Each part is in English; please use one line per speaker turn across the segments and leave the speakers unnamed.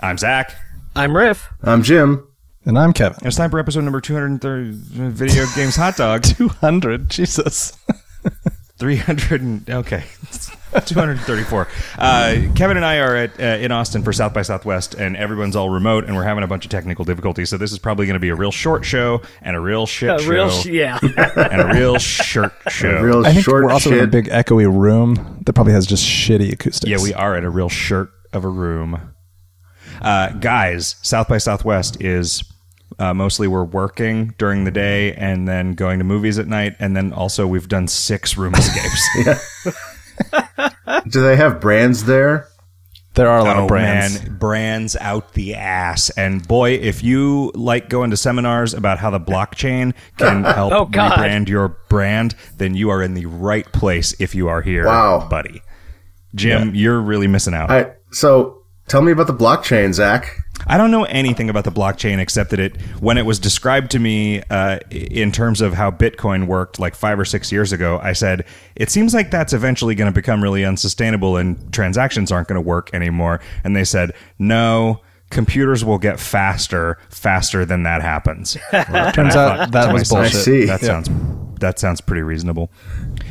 I'm Zach.
I'm Riff.
I'm Um, Jim.
And I'm Kevin.
And it's time for episode number 230 Video Games Hot Dog.
200. Jesus.
300 and, okay 234 uh, kevin and i are at uh, in austin for south by southwest and everyone's all remote and we're having a bunch of technical difficulties so this is probably going to be a real short show and a real shit
A
show
real sh- yeah.
and a real shirt show
Real
I think
short
we're also
shit.
in a big echoey room that probably has just shitty acoustics.
yeah we are at a real shirt of a room uh, guys south by southwest is uh, mostly we're working during the day and then going to movies at night and then also we've done six room escapes
Do they have brands there?
There are a lot
oh,
of brands.
Man, brands out the ass. And boy, if you like going to seminars about how the blockchain can help
Oh, God.
rebrand your brand, then you are in the right place if you are here,
Wow.
buddy. Jim, you're really missing out.
All right. So tell me about the blockchain, Zach.
I don't know anything about the blockchain except that it, when it was described to me uh, in terms of how Bitcoin worked like five or six years ago, I said, it seems like that's eventually going to become really unsustainable and transactions aren't going to work anymore. And they said, no, computers will get faster, faster than that happens.
Turns out that was
myself,
bullshit.
I see.
That sounds that sounds pretty reasonable.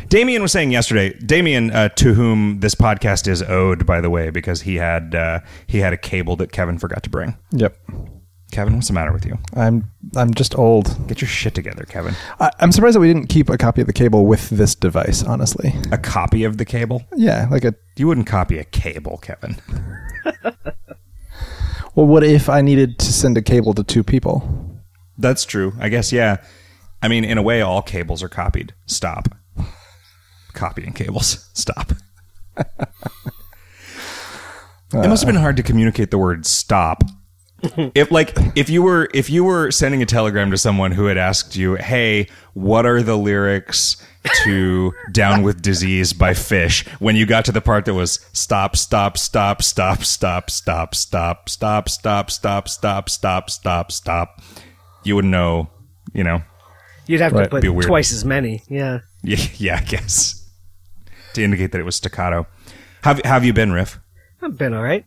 Damien was saying yesterday. Damien, uh, to whom this podcast is owed, by the way, because he had uh, he had a cable that Kevin forgot to bring.
Yep.
Kevin, what's the matter with you?
I'm I'm just old.
Get your shit together, Kevin.
I, I'm surprised that we didn't keep a copy of the cable with this device, honestly.
A copy of the cable?
Yeah, like a
You wouldn't copy a cable, Kevin.
well, what if I needed to send a cable to two people?
That's true. I guess yeah. I mean, in a way, all cables are copied. Stop copying cables. Stop. it must have been hard to communicate the word stop. If like if you were if you were sending a telegram to someone who had asked you, "Hey, what are the lyrics to Down with Disease by Fish?" when you got to the part that was stop, stop, stop, stop, stop, stop, stop, stop, stop, stop, stop, stop, stop, stop, you would know, you know,
You'd have
Right,
to put
be weird.
twice as many. Yeah.
yeah, yeah, I guess to indicate that it was staccato. Have have you been, Riff?
I've been all right.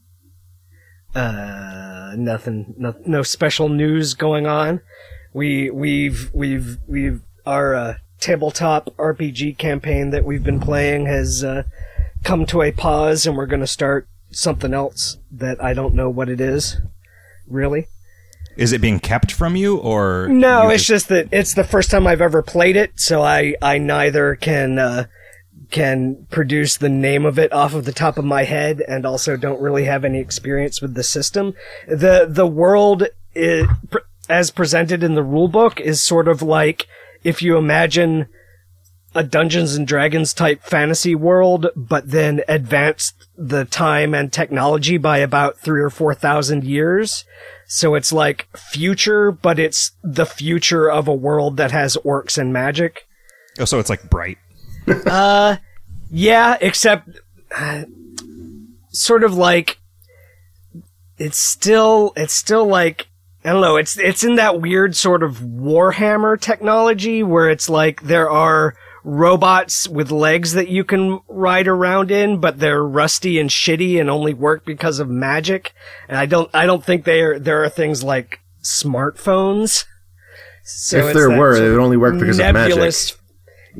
Uh, nothing. No, no special news going on. We we've we've we've our uh, tabletop RPG campaign that we've been playing has uh, come to a pause, and we're going to start something else that I don't know what it is. Really?
Is it being kept from you or
No,
you
it's just that it's the first time I've ever played it, so I I neither can uh, can produce the name of it off of the top of my head, and also don't really have any experience with the system. the The world i pr as presented in the rulebook is sort of like if you imagine a Dungeons and Dragons type fantasy world, but then advanced the time and technology by about three or four thousand years. So it's like future, but it's the future of a world that has orcs and magic.
Oh, so it's like bright.
Yeah, except uh, sort of like it's still it's still like I don't know, it's it's in that weird sort of Warhammer technology where it's like there are robots with legs that you can ride around in but they're rusty and shitty and only work because of magic and I don't I don't think there there are things like smartphones so
if
it's
there
that
were,
sort
it
of-
would only work because
nebulous.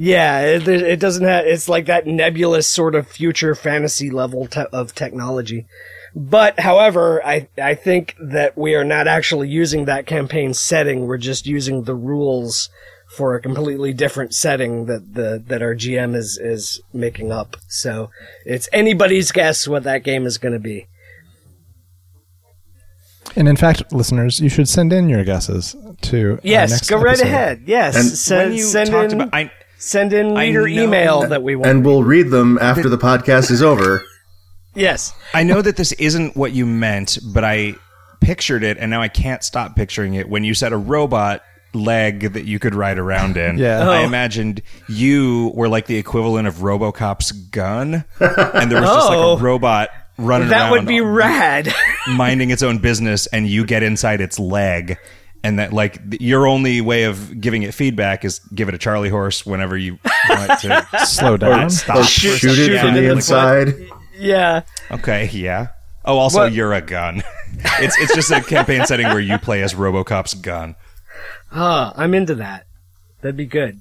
Yeah, it, it doesn't have. It's like that nebulous sort of future fantasy level te- of technology. But however, I I think that we are not actually using that campaign setting. We're just using the rules for a completely different setting that the that our GM is is making up. So it's anybody's guess what that game is going to
Uh,
be.
And in fact, listeners, you should send in your guesses to our
Yes,
next
go right
episode.
ahead. Yes,
And
When
send
you
send
talked
in
about I
send in
I
reader
know
email
that-
that we
magic.
want.
And we'll read them after the podcast is over.
yes.
I know that this isn't what you meant, but I pictured it and now I can't stop picturing it when you said a robot leg that you could ride around in.
Yeah.
I
Oh.
imagined you were like the equivalent of RoboCop's gun and there was just
Oh.
like a robot running
That would
around
be rad.
minding its own business and you get inside its leg and that like th- your only way of giving it feedback is give it a charlie horse whenever you want to
Slow down.
stop
Shoot, it
Oh, shoot
from
it in
the
the
inside.
yeah.
okay yeah Oh, also,
What?
you're a gun. it's it's just a campaign setting where you play as RoboCop's gun.
Huh, I'm into that. That'd be good.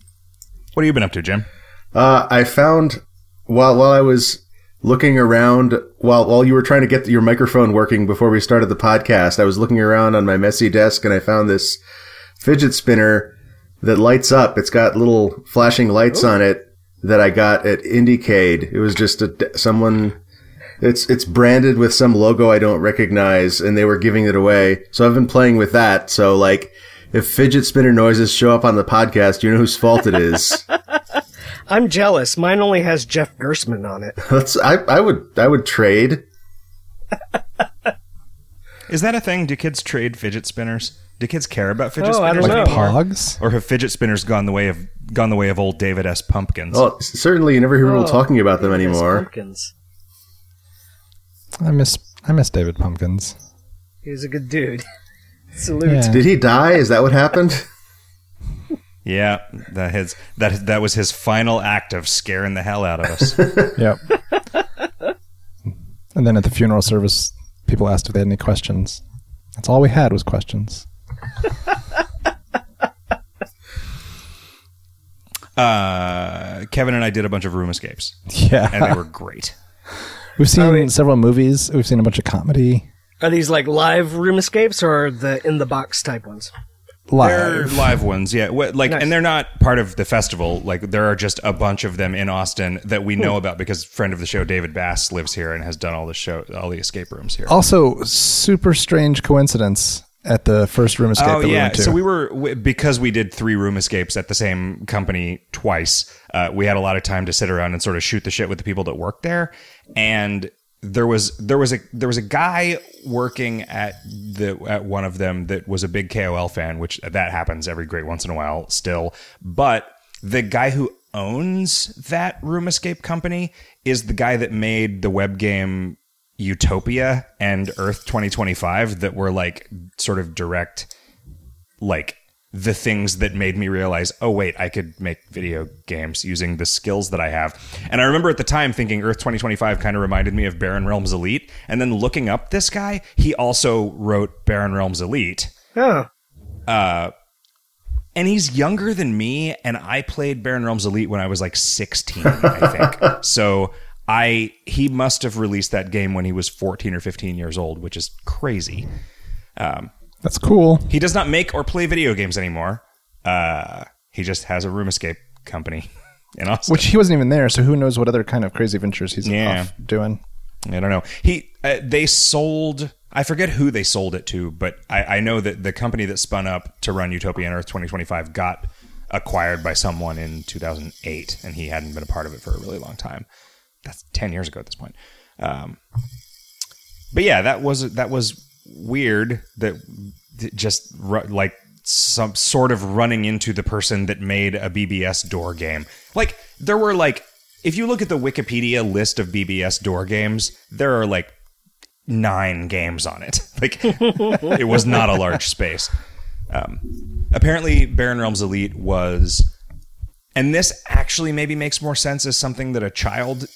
What have you been up to, Jim?
Uh, I found while while I was looking around while while you were trying to get your microphone working before we started the podcast, I was looking around on my messy desk and I found this fidget spinner that lights up. It's got little flashing lights on it that I got at Indiecade. It was just a someone. It's it's branded with some logo I don't recognize, and they were giving it away. So I've been playing with that. So like, if fidget spinner noises show up on the podcast, you know whose fault it is.
I'm jealous. Mine only has Jeff Gersman on it.
That's I, I would I would trade.
Is that a thing? Do kids trade fidget spinners? Do kids care about fidget
Oh, I
spinners?
don't
Like,
know.
Pogs?
Or have fidget spinners gone the way of gone the way of old David S. Pumpkins?
Well, c- certainly you never hear people
Oh,
talking about them
Yes,
anymore.
Pumpkins.
I miss I miss David Pumpkins.
He was a good dude. Salute.
Yeah.
Did he die? Is that what happened?
Yeah, that his that that was his final act of scaring the hell out of us.
Yep. and then at the funeral service, people asked if they had any questions. That's all we had was questions.
uh, Kevin and I did a bunch of room escapes, and
Yeah.
they were great.
We've seen several movies. We've seen a bunch of comedy.
Are these like live room escapes or the in the box type ones?
They're
Live.
live ones, yeah. Wh- Like,
Nice.
and they're not part of the festival. Like, there are just a bunch of them in Austin that we know about because friend of the show David Bass lives here and has done all the show, all the escape rooms here.
Also, super strange coincidence at the first room escape
Oh
that we
yeah,
went to.
so we were w- because we did three room escapes at the same company twice. Uh, we had a lot of time to sit around and sort of shoot the shit with the people that worked there, and there was there was a there was a guy working at the at one of them that was a big KOL fan, which that happens every great once in a while still. But the guy who owns that room escape company is the guy that made the web game Utopia and Earth 2025 that were like sort of direct like the things that made me realize, oh wait, I could make video games using the skills that I have. And I remember at the time thinking Earth 2025 kind of reminded me of Baron Realms Elite, and then looking up this guy, he also wrote Baron Realms Elite. Uh,
Oh,
And he's younger than me, and I played Baron Realms Elite when I was like 16, I think. So I he must have released that game when he was 14 or 15 years old, which is crazy.
That's cool.
He does not make or play video games anymore. Uh, he just has a room escape company in Austin.
Which he wasn't even there, so who knows what other kind of crazy ventures he's
Yeah.
off doing.
I don't know. He uh, they sold. I forget who they sold it to, but I, I know that the company that spun up to run Utopia and Earth 2025 got acquired by someone in 2008, and he hadn't been a part of it for a really long time. That's 10 years ago at this point. Um, but yeah, that was that was weird. That that just ru- like some sort of running into the person that made a BBS door game. Like there were like if you look at the Wikipedia list of BBS door games, there are like nine games on it. Like it was not a large space. Um, apparently, Baron Realms Elite was, and this actually maybe makes more sense as something that a child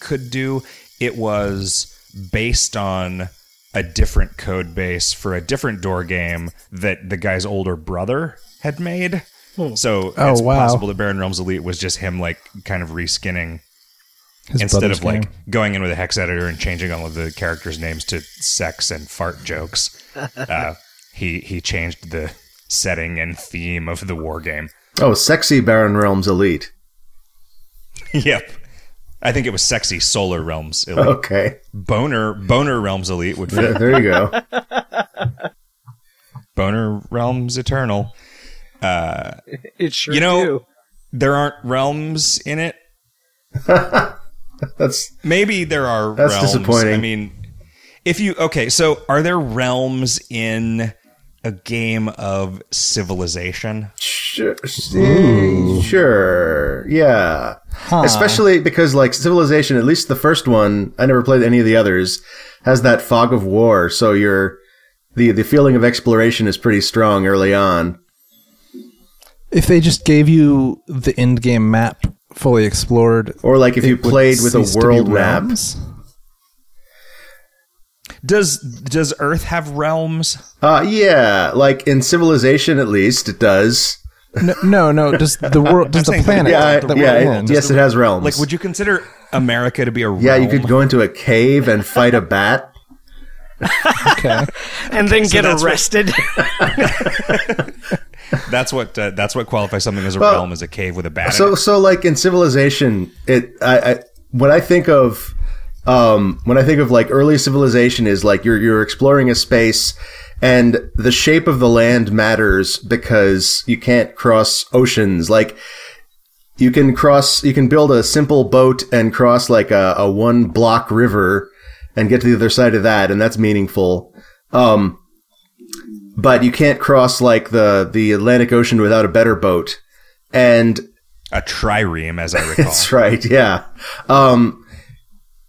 could do. It was based on a different code base for a different door game that the guy's older brother had made. So
Oh,
it's
wow.
possible that Baron Realms Elite was just him, like kind of reskinning
His
instead
brother's
of like
game.
going in with a hex editor and changing all of the characters' names to sex and fart jokes. uh, he he changed the setting and theme of the war game.
Oh, sexy Baron Realms elite.
yep. I think it was sexy solar realms elite.
Oh.
Okay,
Boner boner realms elite would fit.
Th- there you go.
boner realms eternal.
it sure
You know-
do.
There aren't realms in it.
That's
Maybe there are
That's
realms.
disappointing.
I mean, if you okay, so are there realms in a game of civilization?
sure. sure. Yeah. Especially because like Civilization, at least the first one, I never played any of the others, has that fog of war, so you're the the feeling of exploration is pretty strong early on.
If they just gave you the end game map fully explored,
Or like if you
it would
played with
cease
a
to be
world map.
realms?
Does does Earth have realms?
Uh, yeah, like in Civilization, at least it does.
No, no, no. Does the world? Does the
saying-
planet?
Yeah,
that
yeah.
we're
it-
in-
yes, it has realms.
Like, would you consider America to be a realm?
yeah, you could go into a cave and fight a bat.
Okay.
and then get
that's what-
arrested.
That's what uh, that's what qualifies something as a realm is a cave with a bat. in
So
it.
so like in Civilization, it I, I when I think of um when I think of like early civilization is like you're you're exploring a space and the shape of the land matters because you can't cross oceans like you can cross you can build a simple boat and cross like a, a one block river and get to the other side of that and that's meaningful um but you can't cross like the the Atlantic Ocean without a better boat and
a trireme, as I recall.
that's right. Yeah. Um,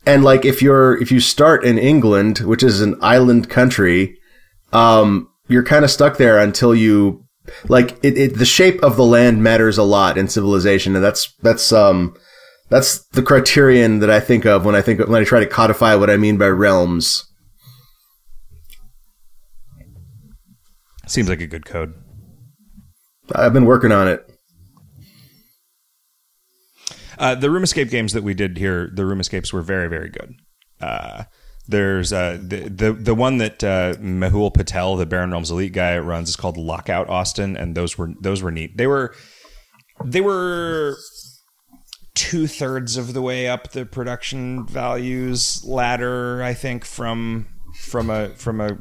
and like if you're if you start in England, which is an island country, um, you're kind of stuck there until you like it, it. The shape of the land matters a lot in civilization, and that's that's um that's the criterion that I think of when I think when I try to codify what I mean by realms.
Seems like a good code.
I've been working on it.
Uh, the room escape games that we did here, the room escapes were very, very good. Uh, there's uh, the, the the one that uh, Mehul Patel, the Baron Realms Elite guy, runs is called Lockout Austin, and those were those were neat. They were they were two thirds of the way up the production values ladder, I think, from from a from a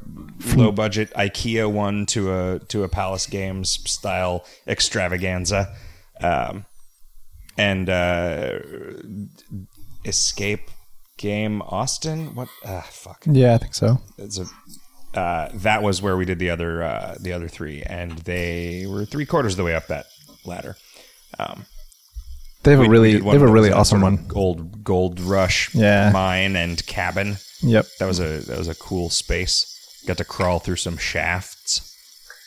low budget IKEA one to a to a Palace Games style extravaganza. Um, and uh, escape game Austin. What? Ah, fuck.
Yeah, I think so.
It's a. Uh, that was where we did the other uh, the other three, and they were three quarters of the way up that ladder.
They have a really,
did
they
one
have a
that
really
was
awesome
sort of
one.
Gold Gold Rush
Yeah.
mine and cabin.
Yep.
That was a that was a cool space. Got to crawl through some shafts.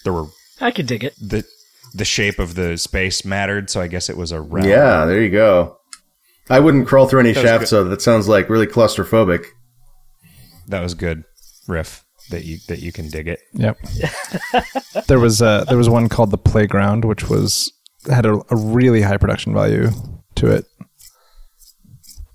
There were
I could dig it.
the the shape of the space mattered, so I guess it was a round.
Yeah, there you go. I wouldn't crawl through any
was
shafts, so that sounds like really claustrophobic.
that was good riff that you that you can dig it.
Yep. there was uh there was one called the playground, which was had a, a really high production value to it.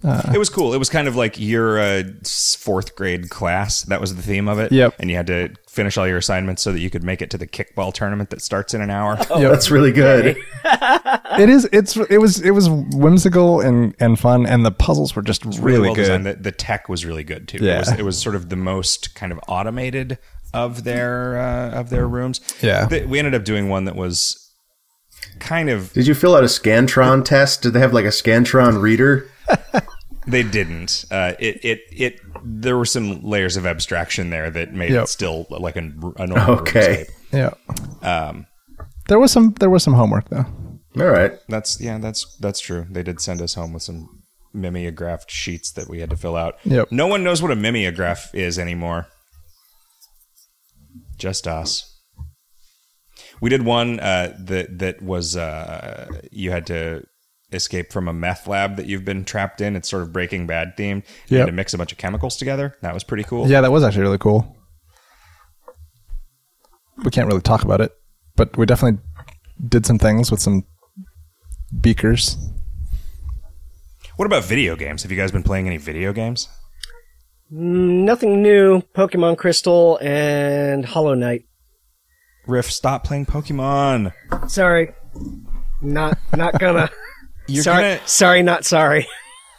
Uh-huh.
It was cool. It was kind of like your uh, s- fourth grade class. That was the theme of it.
Yep.
And you had to finish all your assignments so that you could make it to the kickball tournament that starts in an hour.
Yep.
That's really good.
it is. It's. It was. It was whimsical and and fun, and the puzzles were just really,
well
good.
designed. The, the tech was really good too. It,
Yeah.
was, it was sort of the most kind of automated of their uh, of their rooms.
Yeah.
Th- we ended up doing one that was kind of
Did you fill out a Scantron test? Did they have like a Scantron reader?
They didn't. Uh, it it it. There were some layers of abstraction there that made
Yep.
it still like a, a normal
Okay.
okay.
Yeah. Um. There was some. There was some homework though.
All right.
That's yeah. That's that's true. They did send us home with some mimeographed sheets that we had to fill out.
Yep.
No one knows what a mimeograph is anymore. Just us. We did one uh, that that was uh, you had to escape from a meth lab that you've been trapped in. It's sort of Breaking Bad themed. You had
Yep.
to mix a bunch of chemicals together. That was pretty cool.
Yeah, that was actually really cool. We can't really talk about it, but we definitely did some things with some beakers.
What about video games? Have you guys been playing any video games?
Mm, Nothing new. Pokemon Crystal and Hollow Knight.
Riff, stop playing Pokemon.
Sorry, not not gonna.
You're
sorry,
gonna,
sorry, not sorry.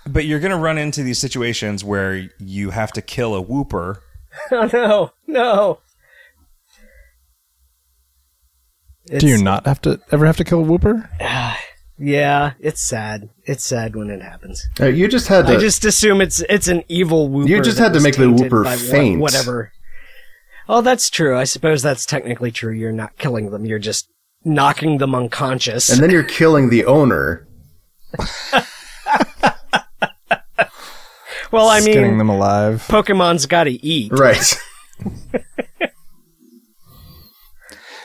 but you're gonna run into these situations where you have to kill a whooper.
Oh no, no. It's,
Do you not have to ever have to kill a Whooper?
Yeah, it's sad. It's sad when it happens.
Uh, you just had
I
to.
just assume it's it's an evil whooper.
You just
that
had to
was
make the
tainted
whooper
by wha-
faint.
Whatever. Oh, that's true. I suppose that's technically true. You're not killing them. You're just knocking them unconscious.
and then you're killing the owner.
well, I
Just getting
mean,
them alive.
Pokemon's got to eat.
Right.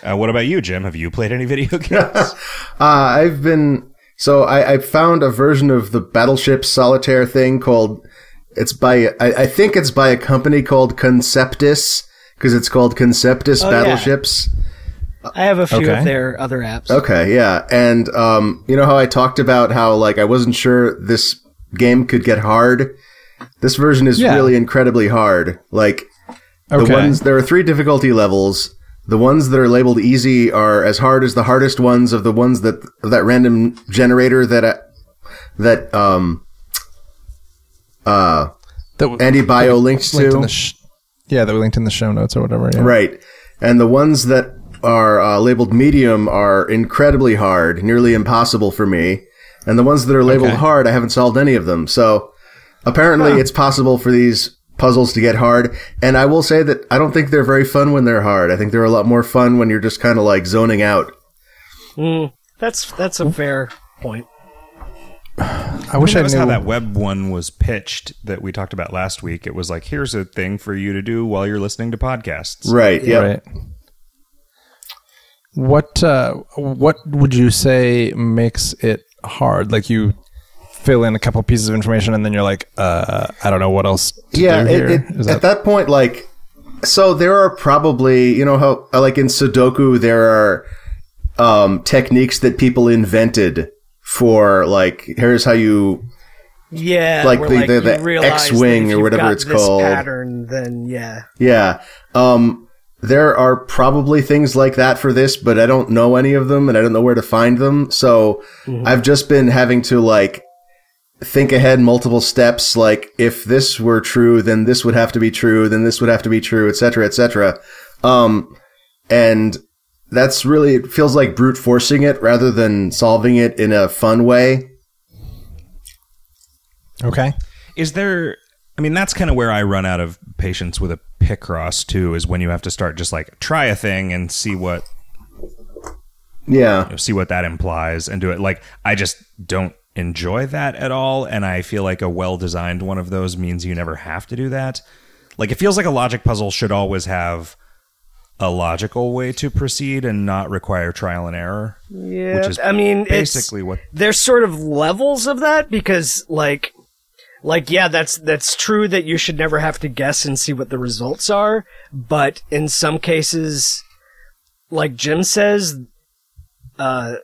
Uh, what about you, Jim? Have you played any video games?
Uh, I've been. So I, I found a version of the Battleship Solitaire thing called It's by I, I think it's by a company called Conceptus because it's called Conceptus
Oh, yeah.
Battleships.
I have a few
Okay.
of their other apps.
Okay, yeah, and um, you know how I talked about how like I wasn't sure this game could get hard. This version is
Yeah.
really incredibly hard. Like the
Okay.
ones there are three difficulty levels. The ones that are labeled easy are as hard as the hardest ones of the ones that of that random generator that uh, that um uh
That w-
Andy Bio links
linked in
to.
the sh- yeah, that we linked in the show notes or whatever. Yeah.
Right. And the ones that are uh, labeled medium are incredibly hard, nearly impossible for me. And the ones that are labeled
Okay.
hard, I haven't solved any of them. So apparently it's possible for these puzzles to get hard. And I will say that I don't think they're very fun when they're hard. I think they're a lot more fun when you're just kind of like zoning out.
Mm, that's that's a fair point.
I wish
that
I
was
knew.
how that web one was pitched that we talked about last week. It was like, here's a thing for you to do while you're listening to podcasts.
Right. Yeah.
Right. What uh, what would you say makes it hard? Like you fill in a couple pieces of information and then you're like, uh, I don't know what else to
yeah
do
it-
here.
it-
Is
at that point like so there are probably you know how like in sudoku there are um, techniques that people invented for like here's how you
Yeah,
Like
where,
the- the-
you
the
realize that
X-wing
if
or
you've
whatever
got
it's
this
called.
Pattern, then yeah,
yeah um there are probably things like that for this but i don't know any of them and i don't know where to find them so i've just been having to like think ahead multiple steps like if this were true then this would have to be true then this would have to be true etc etc um and that's really it feels like brute forcing it rather than solving it in a fun way
okay.
Is there? I mean, that's kind of where I run out of patience with a Picross too. Is when you have to start just like try a thing and see what
yeah
know, see what that implies and do it. Like I just don't enjoy that at all, and I feel like a well-designed one of those means you never have to do that. Like it feels like a logic puzzle should always have a logical way to proceed and not require trial and error.
yeah.
Which is
I mean, it's,
Basically, what
there's sort of levels of that because like like yeah that's that's true that you should never have to guess and see what the results are but in some cases like jim says uh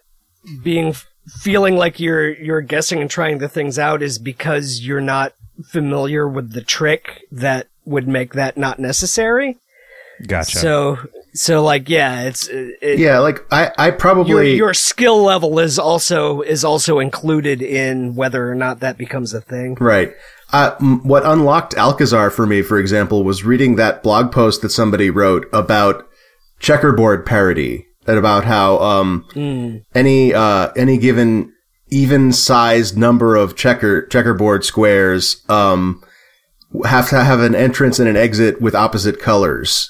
being feeling like you're you're guessing and trying the things out is because you're not familiar with the trick that would make that not necessary
gotcha.
so so like yeah it's it,
yeah like i i probably
your, your skill level is also is also included in whether or not that becomes a thing.
Right. Uh, m- what unlocked Alcazar for me, for example, was reading that blog post that somebody wrote about checkerboard parity and about how um, any uh, any given even sized number of checker checkerboard squares um, have to have an entrance and an exit with opposite colors.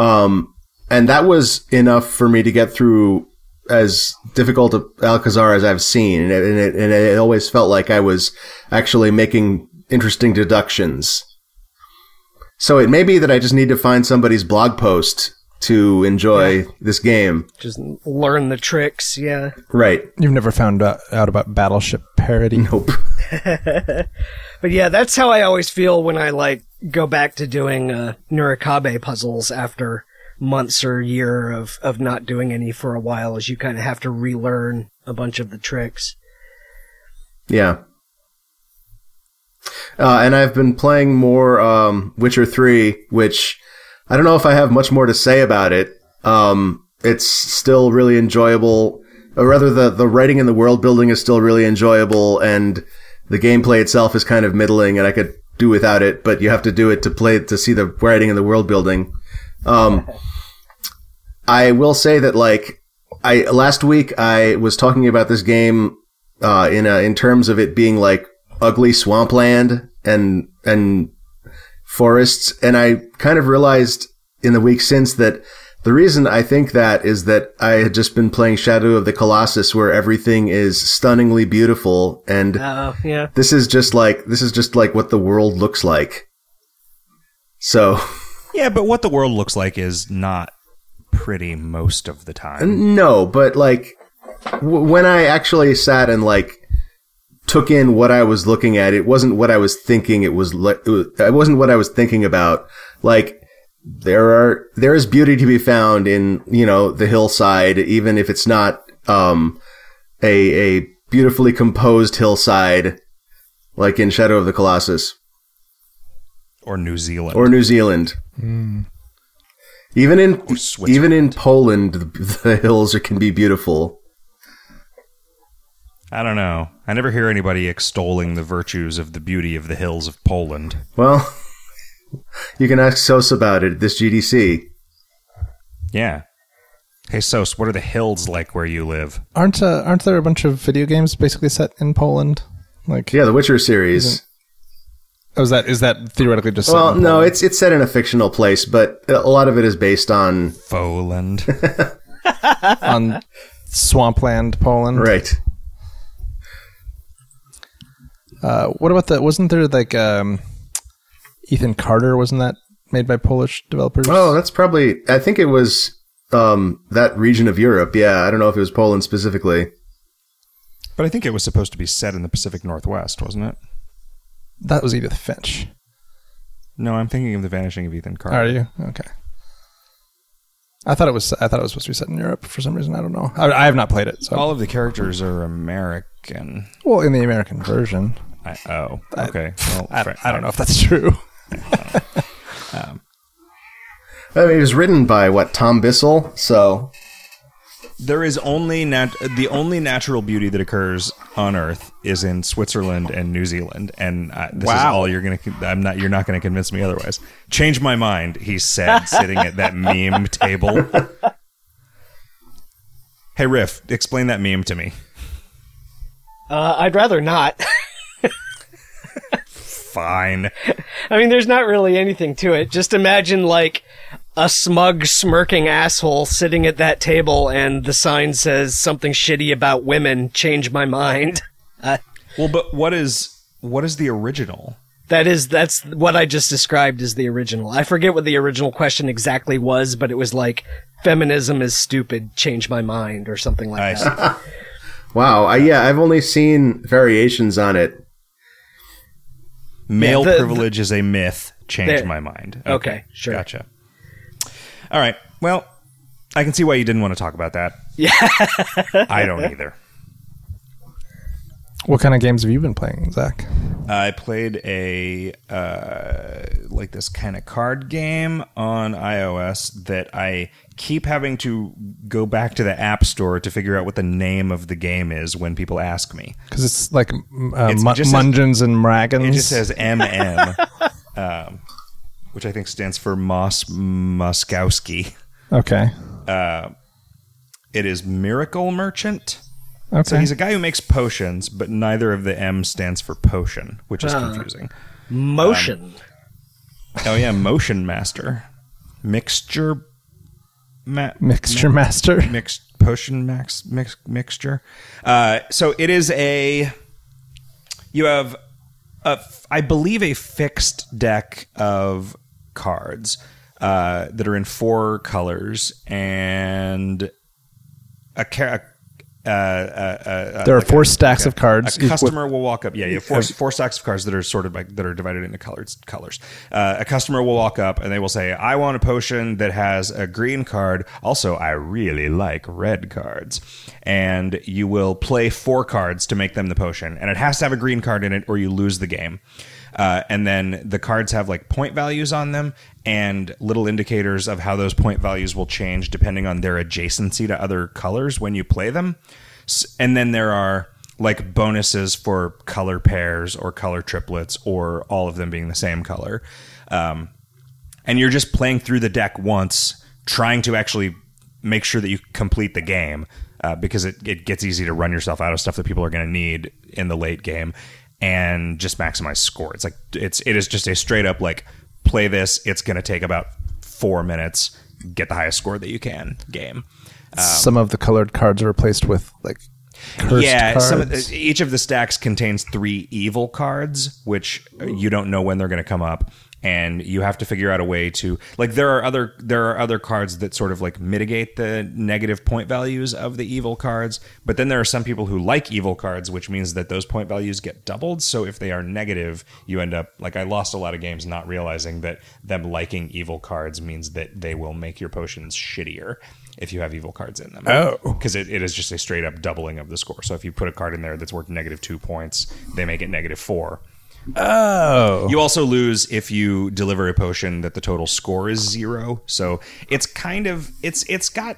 Um, and that was enough for me to get through as difficult a Alcazar as I've seen, and it, and, it, and it always felt like I was actually making interesting deductions. So it may be that I just need to find somebody's blog post to enjoy this game.
Just learn the tricks. Yeah.
Right.
You've never found out, out about Battleship parody.
Nope.
But yeah, that's how I always feel when I like go back to doing uh, Nurikabe puzzles after months or year of of not doing any for a while, is you kind of have to relearn a bunch of the tricks.
Yeah. Uh, and I've been playing more um, Witcher 3, which I don't know if I have much more to say about it. Um, it's still really enjoyable. Or rather, the, the writing and the world building is still really enjoyable, and the gameplay itself is kind of middling, and I could do without it, but you have to do it to play to see the writing and the world building. Um, I will say that, like, I last week I was talking about this game uh, in a, in terms of it being like ugly swampland and and forests. And I kind of realized in the week since that the reason I think that is that I had just been playing Shadow of the Colossus, where everything is stunningly beautiful, and
Uh, yeah.
this is just like this is just like what the world looks like. So
yeah, but what the world looks like is not pretty most of
Mm.
the time.
No, but like w- when I actually sat and like took in what I was looking at. It wasn't what I was thinking. It was like it, was, it wasn't what I was thinking about. Like there are there is beauty to be found in you know the hillside, even if it's not um, a a beautifully composed hillside like in Shadow of the Colossus
or New Zealand
or New Zealand. Even in
Or Switzerland.
even in Poland, the, the hills are, can be beautiful.
I don't know. I never hear anybody extolling the virtues of the beauty of the hills of Poland.
Well, you can ask Sos about it at this GDC.
Yeah. Hey Sos, what are the hills like where you live?
Aren't uh, aren't there a bunch of video games basically set in Poland? Like,
Yeah, the Witcher series.
oh, is that is that theoretically just? set
Well,
in
no,
Poland?
it's it's set in a fictional place, but a lot of it is based on
Poland.
on swampland Poland.
right.
Uh, what about the? Wasn't there like um, Ethan Carter? Wasn't that made by Polish developers?
Oh, that's probably. I think it was um, that region of Europe. Yeah, I don't know if it was Poland specifically.
but I think it was supposed to be set in the Pacific Northwest, wasn't it?
that was Edith Finch.
No, I'm thinking of the vanishing of Ethan Carter.
Are you okay? I thought it was. I thought it was supposed to be set in Europe for some reason. I don't know. I, I have not played it. So
All of the characters are American.
well, in the American version,
I, oh, okay. Well,
I don't,
fra-
I don't know if that's true.
I mean, it was written by what Tom Bissell. So
There is only nat- the only natural beauty that occurs on Earth is in Switzerland and New Zealand, and I, this is all you're gonna. con- I'm not. You're not gonna convince me otherwise. Change my mind, he said, sitting at that meme table. Hey Riff, explain that meme to me.
Uh, I'd rather not.
Fine.
I mean, there's not really anything to it. Just imagine like a smug, smirking asshole sitting at that table, and the sign says something shitty about women. Change my mind.
Well, but what is what is the original?
That is, that's what I just described as the original. I forget what the original question exactly was, but it was like, feminism is stupid, change my mind, or something like
I
that.
see.
wow, I, yeah, I've only seen variations on it.
Male
Yeah, the-
privilege is a myth. Change
There.
my mind.
Okay, sure.
Gotcha. All right. Well, I can see why you didn't want to talk about that. Yeah. I don't either.
What kind of games have you been playing, Zach?
I played a uh, like this kind of card game on iOS that I keep having to go back to the App Store to figure out what the name of the game is when people ask me.
Because it's like m- uh,
It's- it
mu-
just says-
Mungeons and Dragons.
It just says MM, um, which I think stands for Moss Muskowski.
okay.
It is Miracle Merchant.
Okay.
So he's a guy who makes potions, but neither of the M stands for potion, which is
Ah.
confusing.
Motion.
Oh yeah, motion master, mixture, ma-
Mixture Master.
mixed potion max mix mixture. Uh, so it is a you have a f- I believe a fixed deck of cards uh, that are in four colors and a, ca- a, uh, a, a,
there are four stacks of cards.
a
each with-
customer will walk up. Yeah, yeah. Four, four stacks of cards that are sorted by that are divided into colors. Colors. Uh, a customer will walk up and they will say, "I want a potion that has a green card. Also, I really like red cards." And you will play four cards to make them the potion, and it has to have a green card in it, or you lose the game. Uh, and then the cards have like point values on them and little indicators of how those point values will change depending on their adjacency to other colors when you play them. S- And then there are like bonuses for color pairs or color triplets or all of them being the same color. Um, and you're just playing through the deck once, trying to actually make sure that you complete the game uh, because it, it gets easy to run yourself out of stuff that people are going to need in the late game and just maximize score. It's like it's it is just a straight up like play this. It's going to take about four minutes. Get the highest score that you can. Game. Um,
some of the colored cards are replaced with like cursed
yeah,
cards.
some of the, uh, each of the stacks contains three evil cards, which you don't know when they're going to come up. and you have to figure out a way to like there are other there are other cards that sort of like mitigate the negative point values of the evil cards but then there are some people who like evil cards which means that those point values get doubled so if they are negative you end up like i lost a lot of games not realizing that them liking evil cards means that they will make your potions shittier if you have evil cards in them
Oh.
because it, it is just a straight up doubling of the score so if you put a card in there that's worth negative two points they make it negative four
Oh.
you also lose if you deliver a potion that the total score is zero. So it's kind of it's it's got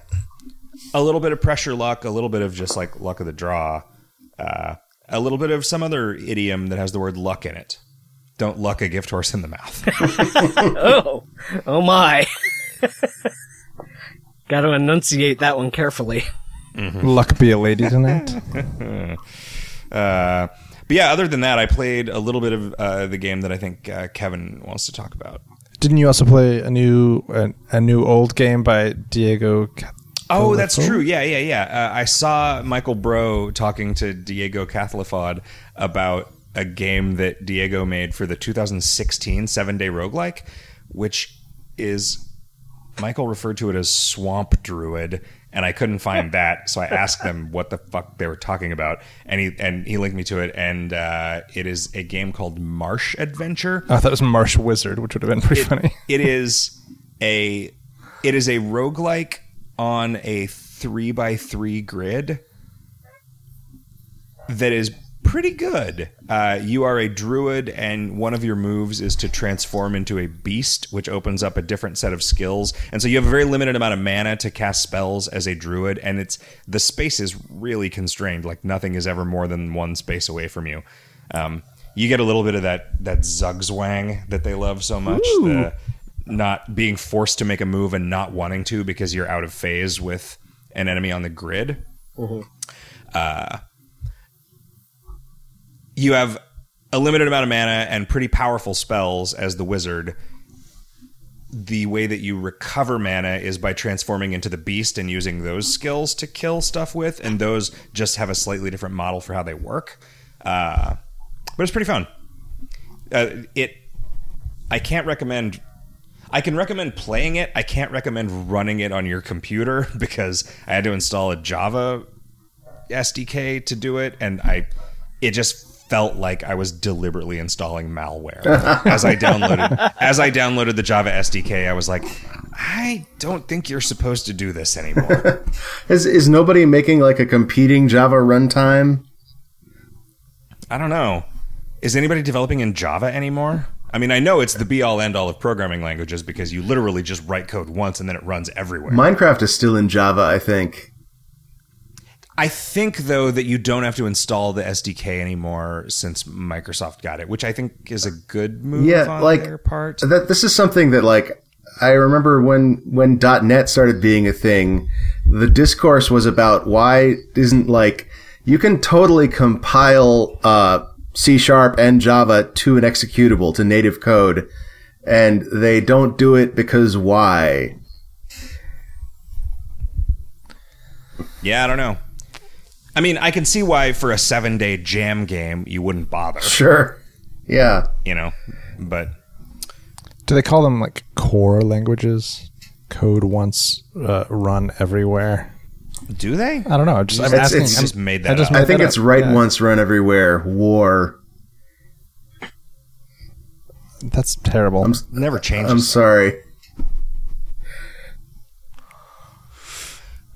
a little bit of pressure luck, a little bit of just like luck of the draw, uh, a little bit of some other idiom that has the word luck in it. Don't luck a gift horse in the mouth.
Oh, oh my. Got to enunciate that one carefully.
Mm-hmm. Luck be a lady tonight.
Uh, but yeah, other than that, I played a little bit of uh, the game that I think uh, Kevin wants to talk about.
Didn't you also play a new a, a new old game by Diego? Ca-
Oh, that's
Califo?
true. Yeah, yeah, yeah. Uh, I saw Michael Bro talking to Diego Cathalifod about a game that Diego made for the 2016 seven day roguelike, which is Michael referred to it as Swamp Druid, and I couldn't find that, so I asked them what the fuck they were talking about, and he and he linked me to it, and uh, it is a game called Marsh Adventure
I thought it was Marsh Wizard, which would have been pretty funny.
it is a it is a roguelike on a three by three grid that is pretty good. Uh, you are a druid, and one of your moves is to transform into a beast, which opens up a different set of skills. And so you have a very limited amount of mana to cast spells as a druid, and it's the space is really constrained. Like nothing is ever more than one space away from you. Um, you get a little bit of that that zugzwang that they love so much. The not being forced to make a move and not wanting to because you're out of phase with an enemy on the grid. you have a limited amount of mana and pretty powerful spells as the wizard. The way that you recover mana is by transforming into the beast and using those skills to kill stuff with, and those just have a slightly different model for how they work. Uh, but it's pretty fun. Uh, it, I can't recommend. I can recommend playing it. I can't recommend running it on your computer because I had to install a Java SDK to do it, and I it just felt like I was deliberately installing malware as I downloaded as I downloaded the Java SDK. I was like, I don't think you're supposed to do this anymore.
Is is nobody making like a competing Java runtime?
I don't know. Is anybody developing in Java anymore? I mean, I know it's the be all end all of programming languages because you literally just write code once and then it runs everywhere.
Minecraft is still in Java, I think.
I think though that you don't have to install the SDK anymore since Microsoft got it, which I think is a good move
Yeah,
on
like-
their part.
That this is something that like I remember when when .net started being a thing, the discourse was about why isn't like you can totally compile uh, C sharp and Java to an executable to native code, and they don't do it because why?
Yeah, I don't know. I mean, I can see why for a seven day jam game you wouldn't bother,
Sure, yeah.
you know, but
Do they call them like core languages? Code once, uh, run everywhere.
do they?
I don't know. I just, I'm
It's-
asking.
it's-
I'm-
just made
I
that
just
up.
made
I think
that
it's
up.
right
Yeah.
once, run everywhere. War.
That's terrible.
I'm-
Never changes.
I'm sorry.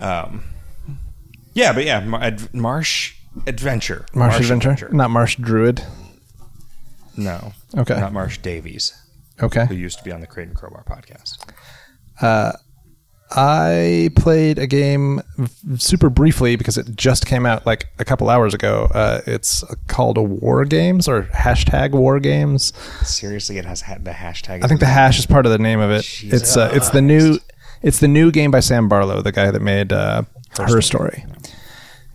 um, yeah, but yeah, Mar- ad- Marsh Adventure.
Marsh, Adventure? not Marsh Druid.
No.
Okay.
Not Marsh Davies,
Okay.
who used to be on the Crate and Crowbar podcast.
I played a game v- super briefly because it just came out like a couple hours ago. Uh, it's called War Games or hashtag War Games.
Seriously, it has ha- the hashtag.
I think the hash is part of the name of it. It's uh, it's the new it's the new game by Sam Barlow, the guy that made uh, her, story.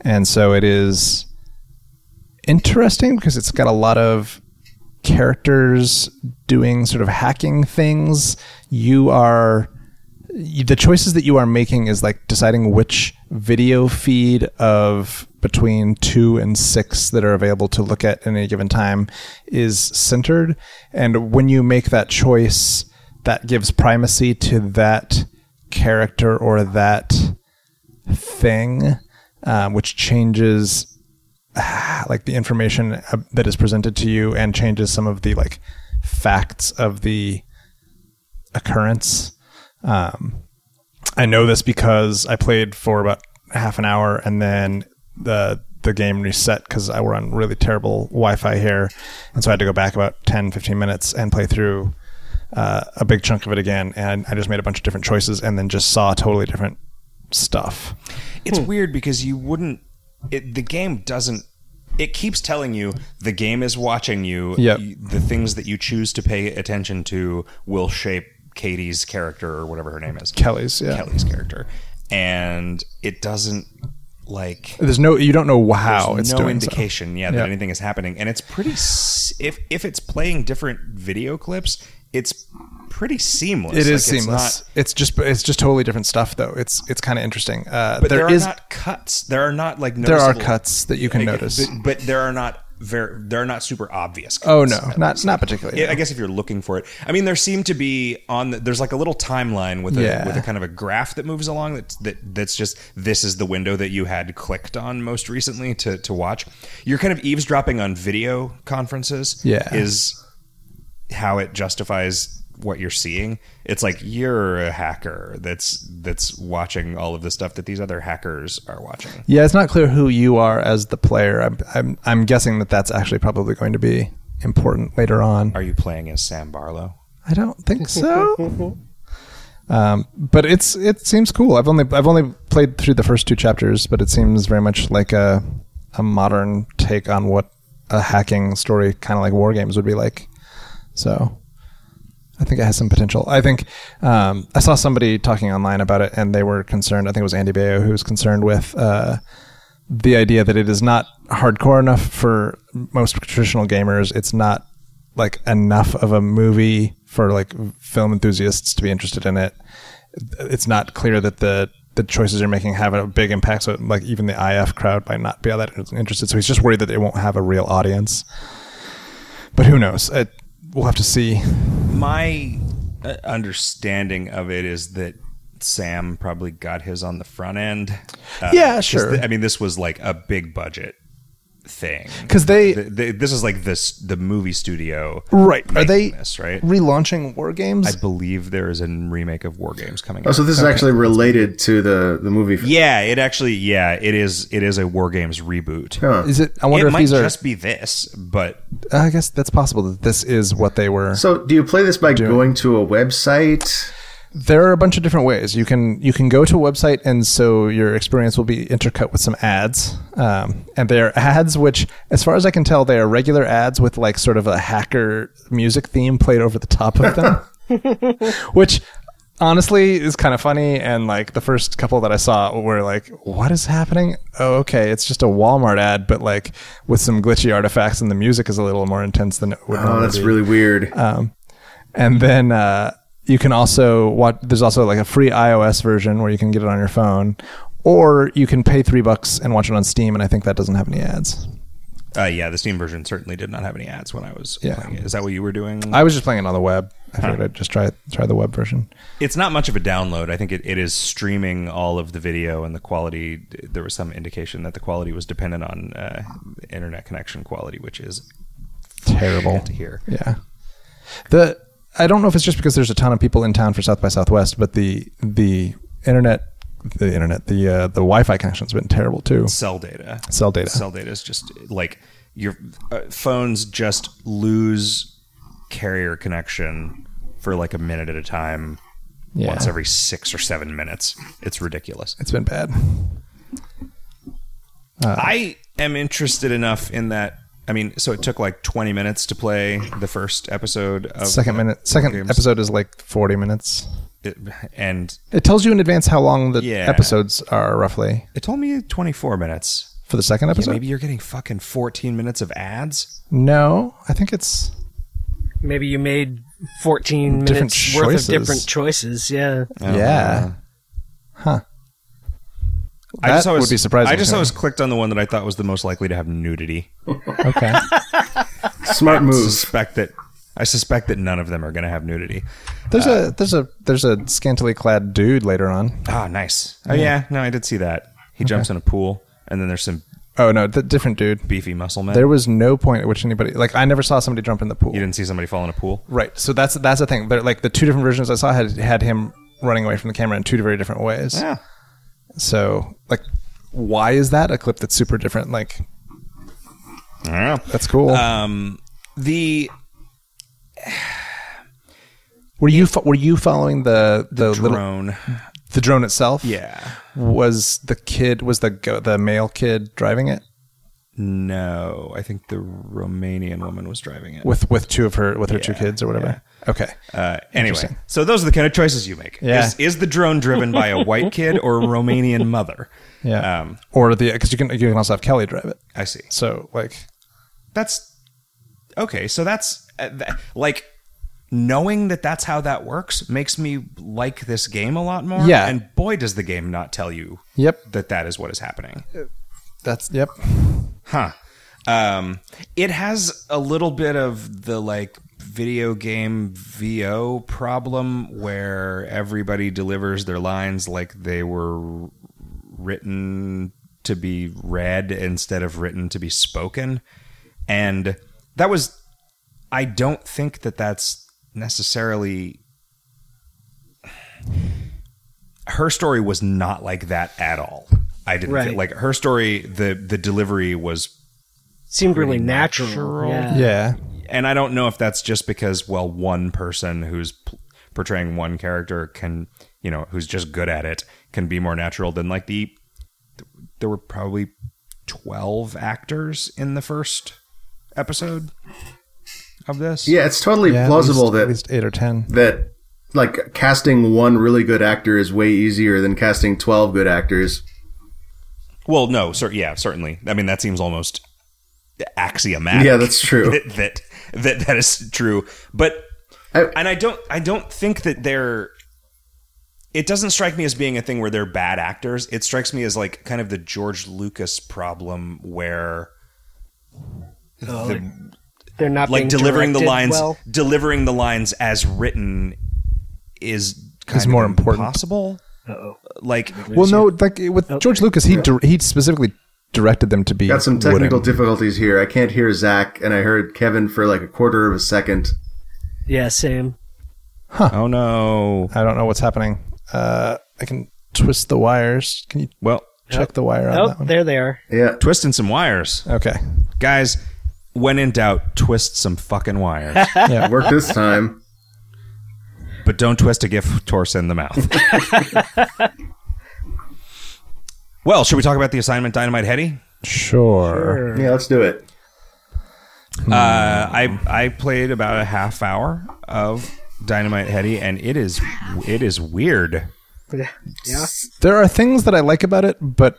and so it is interesting because it's got a lot of characters doing sort of hacking things. You are you- the choices that you are making is like deciding which video feed of between two and six that are available to look at at any given time is centered. And when you make that choice, that gives primacy to that character or that thing, um, which changes ah, like the information uh, that is presented to you and changes some of the like facts of the occurrence. Um, I know this because I played for about half an hour and then the the game reset because I were on really terrible Wi-Fi here, and so I had to go back about 10, 15 minutes and play through uh, a big chunk of it again. And I just made a bunch of different choices and then just saw totally different stuff. Hmm.
It's weird because you wouldn't. It, the game doesn't. It keeps telling you the game is watching you.
Yep.
You- The things that you choose to pay attention to will shape Katie's character or whatever her name is.
Kelly's, yeah.
Kelly's character, and it doesn't like.
There's no you don't know how
There's
it's
no
doing
indication yeah that
Yeah.
anything is happening and it's pretty s- if if it's playing different video clips it's pretty seamless
So. It is
Like, it's
seamless.
not-
It's, just it's just totally different stuff though. It's it's kind of interesting. Uh,
but there,
there is
are not cuts there are not like
there are
noticeable-
cuts that you can
like,
notice.
but, but there are not very there are not super obvious cuts.
oh no, not not particularly.
Yeah, I guess if you're looking for it, I mean, there seem to be on. The, there's like a little timeline with a
Yeah.
with a kind of a graph that moves along. That that that's just this is the window that you had clicked on most recently to to watch. You're kind of eavesdropping on video conferences.
Yeah.
is how it justifies what you're seeing. It's like you're a hacker that's that's watching all of the stuff that these other hackers are watching.
Yeah, it's not clear who you are as the player. I'm I'm, I'm guessing that that's actually probably going to be important later on.
Are you playing as Sam Barlow?
I don't think so. um, but it's it seems cool. I've only I've only played through the first two chapters, but it seems very much like a a modern take on what a hacking story kind of like war games would be like. So I think it has some potential. I think um, I saw somebody talking online about it, and they were concerned. I think it was Andy Bayo who was concerned with uh, the idea that it is not hardcore enough for most traditional gamers. It's not like enough of a movie for like film enthusiasts to be interested in it. It's not clear that the the choices you're making have a big impact. So like even the IF crowd might not be all that interested. So he's just worried that it won't have a real audience. But who knows? It, we'll have to see.
my uh, understanding of it is that Sam probably got his on the front end. Uh,
Yeah,
'cause
sure.
th- I mean, this was like a big budget thing.
Because they
Th- th- this is like this the movie studio,
right are
making
they
this, right?
relaunching war games?
I believe there is a remake of War Games coming.
Oh,
out.
so this is actually related to the the movie.
yeah, it actually, yeah, it is. It is a War Games reboot.
Huh.
is it? I wonder
it
if
might
these are.
just be this, but
I guess that's possible that this is what they were.
So, do you play this by going to a website?
there are a bunch of different ways you can you can go to a website and so your experience will be intercut with some ads um, and they are ads which as far as i can tell they are regular ads with like sort of a hacker music theme played over the top of them which honestly is kind of funny and like the first couple that i saw were like what is happening oh okay it's just a walmart ad but like with some glitchy artifacts and the music is a little more intense than it would
Oh,
normally
that's
be
really weird.
Uh, Um, and then uh, you can also watch. There's also like a free iOS version where you can get it on your phone, or you can pay three bucks and watch it on Steam. And I think that doesn't have any ads.
uh, yeah, the Steam version certainly did not have any ads when I was
Yeah.
playing it. Is that what you were doing?
I was just playing it on the web. I figured I'd just try try the web version.
it's not much of a download. I think it, it is streaming all of the video and the quality. There was some indication that the quality was dependent on uh, internet connection quality, which is
Terrible.
shit to hear.
Yeah. The I don't know if it's just because there's a ton of people in town for South by Southwest, but the the internet the internet the uh, the Wi-Fi connection's been terrible too.
Cell data.
Cell data.
Cell data is just like your uh, phones just lose carrier connection for like a minute at a time.
Yeah.
Once every six or seven minutes, it's ridiculous.
it's been bad. Uh.
I am interested enough in that. I mean, so it took like 20 minutes to play the first episode of
Second minute second
games.
episode is like 40 minutes.
it, and
It tells you in advance how long the
Yeah.
episodes are roughly
It told me 24 minutes.
for the second
Yeah,
episode.
maybe you're getting fucking 14 minutes of ads.
No, I think it's
Maybe you made 14
Different
minutes worth
choices.
of different choices. Yeah.
yeah. Huh. That would
always-
be surprising
Oh. I just
to me.
always clicked on the one that I thought was the most likely to have nudity.
Okay.
Smart move.
Suspect that I suspect that none of them are going to have nudity.
There's a there's a there's a scantily clad dude later on.
Ah, nice. Oh yeah, no, I did see that. He jumps in a pool, and then there's some
Oh no, the different dude.
beefy muscle men.
There was no point at which anybody like I never saw somebody jump in the pool.
you didn't see somebody fall in a pool.
Right. So that's that's the thing. They're like the two different versions I saw had had him running away from the camera in two very different ways.
Yeah.
So like why is that a clip that's super different? Like
Yeah.
that's cool.
Um, the
were you fo- were you following the the, little
drone.
the drone itself?
Yeah.
Was the kid was the go- the male kid driving it
No, I think the Romanian woman was driving it.
with with two of her with her two
Yeah,
kids or whatever? Okay.
Uh, anyway,
Interesting.
so those are the kind of choices you make.
Yeah.
Is, is the drone driven by a white kid or a Romanian mother?
Yeah.
Um,
or the because you can you can also have Kelly drive it.
I see.
So like
That's okay. So that's uh, th- like knowing that that's how that works makes me like this game a lot more.
Yeah.
And boy, does the game not tell you
yep
that that is what is happening.
that's yep
Uh,
Huh. Um, it has a little bit of the like video game VO problem where everybody delivers their lines like they were written to be read instead of written to be spoken. And that was, I don't think that that's necessarily. Her story was not like that at all. I didn't
Right.
feel like her story. The the delivery was
Seemed really natural.
natural.
Yeah.
yeah
and I don't know if that's just because well, one person who's p- portraying one character can, you know, who's just good at it can be more natural than like the. There were probably twelve actors in the first episode of this.
Yeah, it's totally
Yeah, at
plausible
least-
that
at least eight or ten
that like casting one really good actor is way easier than casting 12 good actors.
Well, no, cer- yeah, certainly. I mean, that seems almost axiomatic.
Yeah, that's true.
that, that that that is true. But
I-
and I don't I don't think that they're it doesn't strike me as being a thing where they're bad actors. It strikes me as like kind of the George Lucas problem where
They're not
like
being
delivering the
directed
lines
well.
delivering the lines as written is kind
Is more
of
important.
Possible?
Uh-oh.
Like
well no like with George Lucas he dir- he specifically directed them to be
Oh. Got some technical
wooden.
difficulties here. I can't hear Zach, and I heard Kevin for like a quarter of a second.
Yeah, same.
oh no.
I don't know what's happening uh I can twist the wires can you
Well,
check the wire on
Oh,
that one
there they are.
Yeah.
twisting some wires.
okay
Guys, when in doubt, twist some fucking wires.
yeah
Work this time.
but don't twist a gift torso in the mouth. well, should we talk about the assignment Dynamite Heady?
sure
Yeah, let's do it.
Uh, I I played about a half hour of Dynamite Heady, and it is it is weird.
Yeah.
there are things that I like about it but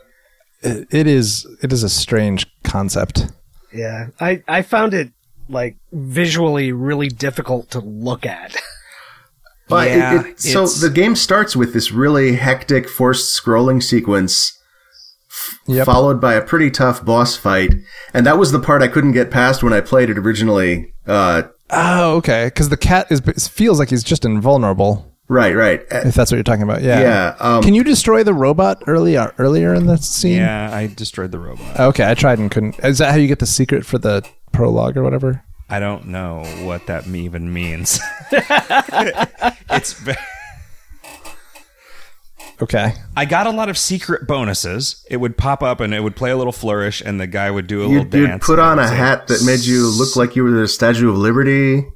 it, it is it is a strange concept
Yeah. I, I found it like visually really difficult to look at.
But it-
Yeah,
it- so
it's-
the game starts with this really hectic forced scrolling sequence,
Yep.
followed by a pretty tough boss fight, and that was the part I couldn't get past when I played it originally. Uh,
oh okay because the cat is feels like he's just invulnerable
right, right, Uh,
if that's what you're talking about. Yeah.
yeah. Um,
Can you destroy the robot early uh, earlier in the scene?
Yeah, I destroyed the robot.
Okay, I tried and couldn't. Is that how you get the secret for the prologue or whatever?
I don't know what that me- even means. it's ve-
Okay.
I got a lot of secret bonuses. It would pop up and it would play a little flourish, and the guy would do a
you'd,
little
you'd
dance.
put
and
on
it
a
was like,
hat that made you look like you were the Statue of Liberty.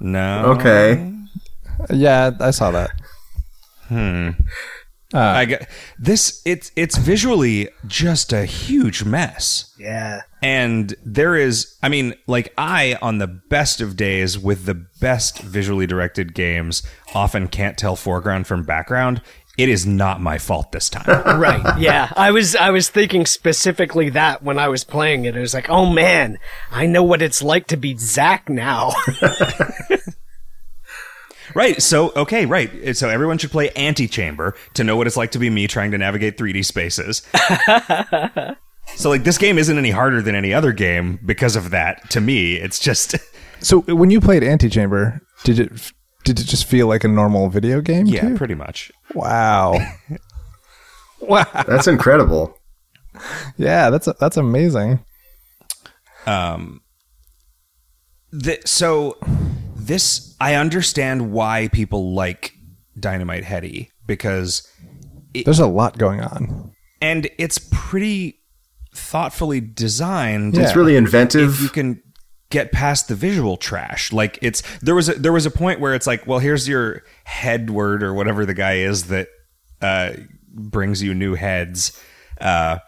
No.
Okay.
Yeah, I saw that.
I got this. It's it's visually just a huge mess,
Yeah.
and there is. I mean, like I on the best of days with the best visually directed games often can't tell foreground from background. It is not my fault this time.
Right. Yeah. I was I was thinking specifically that when I was playing it. It was like, oh man, I know what it's like to be Zach now.
Right. So okay. Right. So everyone should play Antichamber to know what it's like to be me trying to navigate 3D spaces. so like this game isn't any harder than any other game because of that. To me, it's just
So when you played Antichamber, did it did it just feel like a normal video game?
yeah,
too?
pretty much.
Wow. wow.
That's incredible.
Yeah, that's that's amazing.
Um, th- so this I understand why people like Dynamite Heady because
There's a lot going on.
and it's pretty thoughtfully designed.
Yeah.
It's really
if you
inventive.
can get past the visual trash like it's there was a, there was a point where it's like well here's your head word or whatever the guy is that uh, brings you new heads uh,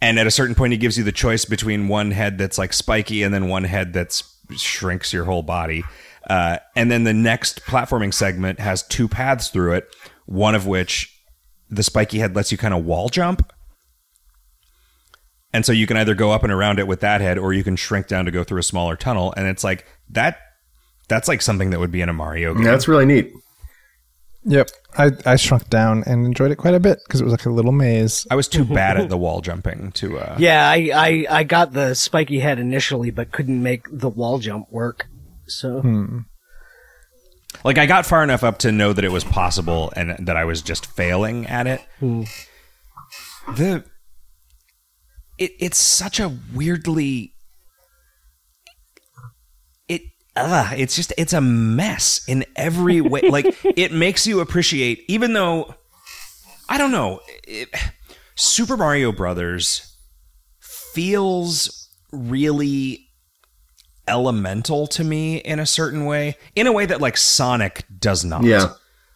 and at a certain point he gives you the choice between one head that's like spiky and then one head that's shrinks your whole body uh, and then the next platforming segment has two paths through it one of which the spiky head lets you kind of wall jump and so you can either go up and around it with that head or you can shrink down to go through a smaller tunnel. And it's like that that's like something that would be in a Mario game.
That's really neat.
Yep. I, I shrunk down and enjoyed it quite a bit because it was like a little maze.
I was too bad at the wall jumping to uh
Yeah, I, I, I got the spiky head initially, but couldn't make the wall jump work. So
like I got far enough up to know that it was possible and that I was just failing at it. The it it's such a weirdly it uh, it's just it's a mess in every way. like it makes you appreciate even though I don't know it, Super Mario Brothers feels really elemental to me in a certain way, in a way that like Sonic does not.
Yeah.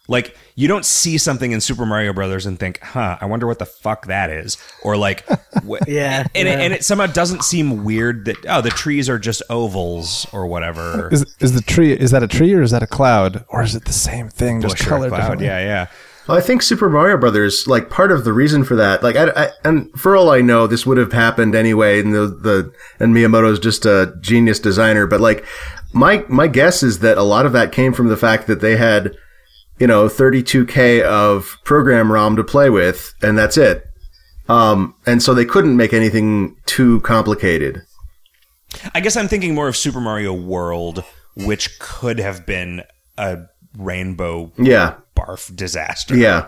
Like you don't see something in Super Mario Brothers and think, "Huh, I wonder what the fuck that is," or like, wh-
Yeah,
and It,
yeah.
and it somehow doesn't seem weird that oh, the trees are just ovals or whatever.
Is is the tree is that a tree or is that a cloud or is it the same thing just
Bush or
colored
cloud.
differently?
Yeah, yeah.
Well, I think Super Mario Brothers, like part of the reason for that, like I, I and for all I know, this would have happened anyway, and the, the and Miyamoto's just a genius designer, but like my my guess is that a lot of that came from the fact that they had, you know, 32k of program ROM to play with, and that's it. Um, and so they couldn't make anything too complicated.
I guess I'm thinking more of Super Mario World, which could have been a rainbow
Yeah,
barf disaster.
yeah.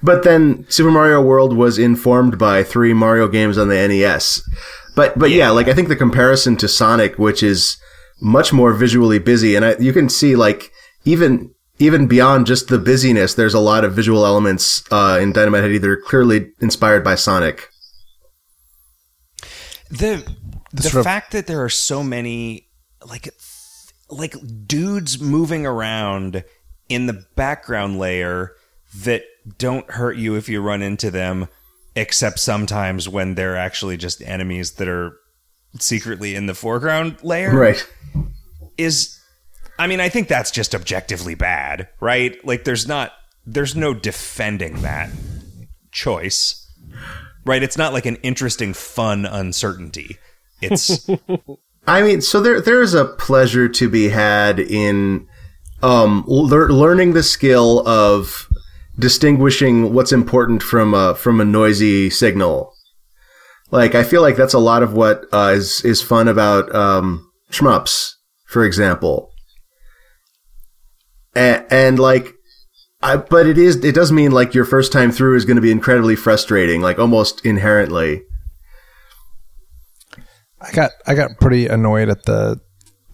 But then Super Mario World was informed by three Mario games on the NES. But but yeah, like I think the comparison to Sonic, which is much more visually busy, and I, you can see like even even beyond just the busyness, there's a lot of visual elements uh, in Dynamite Head. Either clearly inspired by Sonic.
the the,
sort of-
fact that there are so many like th- like dudes moving around in the background layer that don't hurt you if you run into them except sometimes when they're actually just enemies that are secretly in the foreground layer
Right.
is I mean I think that's just objectively bad right like there's not there's no defending that choice right it's not like an interesting fun uncertainty it's
I mean, so there there is a pleasure to be had in um, lear- learning the skill of distinguishing what's important from a from a noisy signal. Like I feel like that's a lot of what uh, is is fun about um, shmups, for example. And, and like, I, but it is it does mean like your first time through is going to be incredibly frustrating, like almost inherently.
I got I got pretty annoyed at the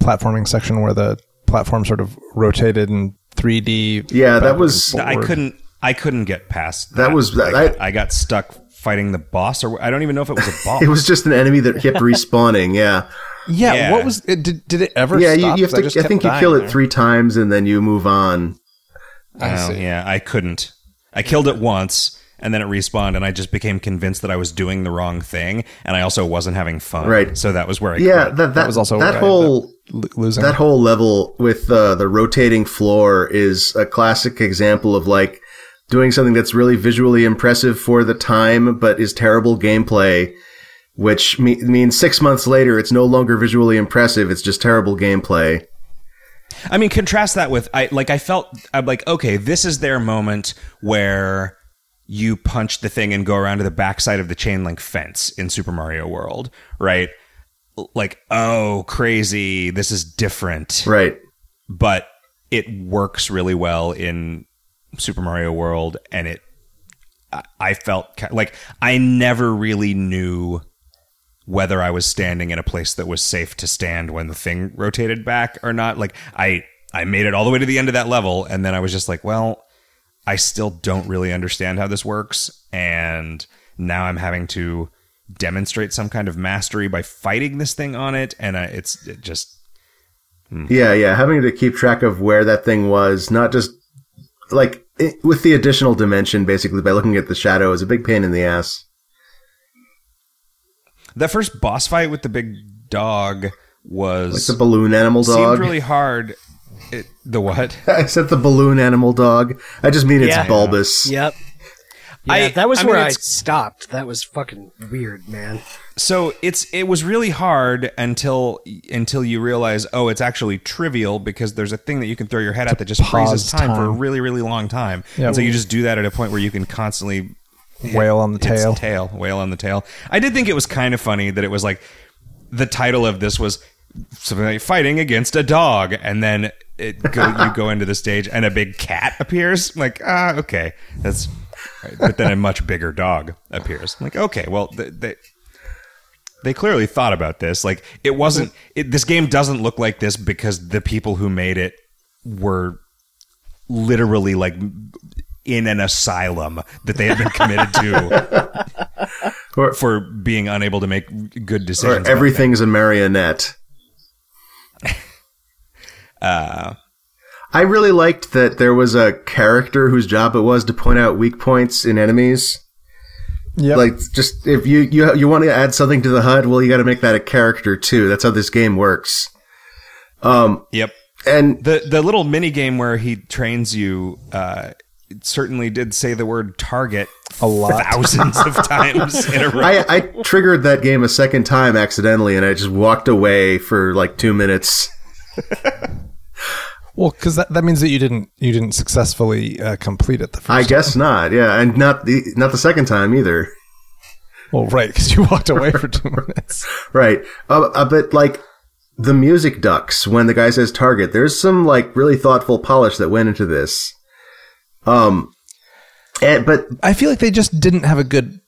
platforming section where the platform sort of rotated in 3D.
Yeah, that
backwards
was-
and
I
forward.
couldn't I couldn't get past
That was-
Like, I,
that-
got stuck fighting the boss or I don't even know if it was a boss
It was just an enemy that kept respawning. Yeah.
Yeah,
Yeah.
what was it, did did it ever?
Yeah, you,
stop?
you have
'Cause I
to.
just
I,
kept
think you
dying
kill it
there.
three times and then you move on.
I
Oh,
see.
yeah I couldn't I killed it once and then it respawned and I just became convinced that I was doing the wrong thing and I also wasn't having fun
Right.
so that was where I
Yeah,
quit.
that that,
was also what
that
I-
whole
L- losing.
that whole level with uh, the rotating floor is a classic example of like doing something that's really visually impressive for the time, but is terrible gameplay. Which me- means six months later, it's no longer visually impressive. It's just terrible gameplay.
I mean, contrast that with I like I felt I'm like okay, this is their moment where you punch the thing and go around to the backside of the chain link fence in Super Mario World, right? Like, oh, crazy! This is different,
Right.
but it works really well in Super Mario World, and it. I- I felt ki- like I never really knew whether I was standing in a place that was safe to stand when the thing rotated back or not. Like I, I made it all the way to the end of that level, and then I was just like, well, I still don't really understand how this works, and now I'm having to demonstrate some kind of mastery by fighting this thing on it, and I, it's it just
Hmm.
Yeah, yeah. Having to keep track of where that thing was, not just like it, with the additional dimension, basically by looking at the shadow, is a big pain in the ass.
That first boss fight with the big dog
Like
was
the balloon animal dog.
seemed really hard. It, the what?
I said the balloon animal dog. I just mean it's
Yeah.
bulbous.
Yep. Yeah,
I-
that was
I
where
mean,
I
it's-
stopped. That was fucking weird, man.
So it's it was really hard until until you realize oh it's actually trivial because there's a thing that you can throw your head at that just freezes
pause
time, for a
time.
really really long time. And so you just do that at a point where you can constantly
Whale on the
its
tail.
tail, whale on the tail. I did think it was kind of funny that it was like the title of this was something like fighting against a dog, and then it go, you go into the stage and a big cat appears. I'm like ah, okay, that's. But then a much bigger dog appears. I'm like okay, well th- they they clearly thought about this. Like it wasn't. It, this game doesn't look like this because the people who made it were literally like in an asylum that they had been committed to
Or-
for being unable to make good
Or
decisions.
everything's a marionette.
Uh,
I really liked that there was a character whose job it was to point out weak points in enemies.
Yep.
Like, just if you you you want to add something to the HUD, well, you got to make that a character too. That's how this game works. Um,
yep.
and
The the little mini game where he trains you uh, it certainly did say the word target
A lot.
thousands of times in a row.
I, I triggered that game a second time accidentally, and I just walked away for like two minutes.
Well, because that, that means that you didn't you didn't successfully uh, complete it the first.
I guess not. Yeah, and not the not the second time either.
Well, right, because you walked away for two minutes.
Right. Uh, uh, but like the music ducks when the guy says target, there's some like really thoughtful polish that went into this. Um, and, but
I feel like they just didn't have a good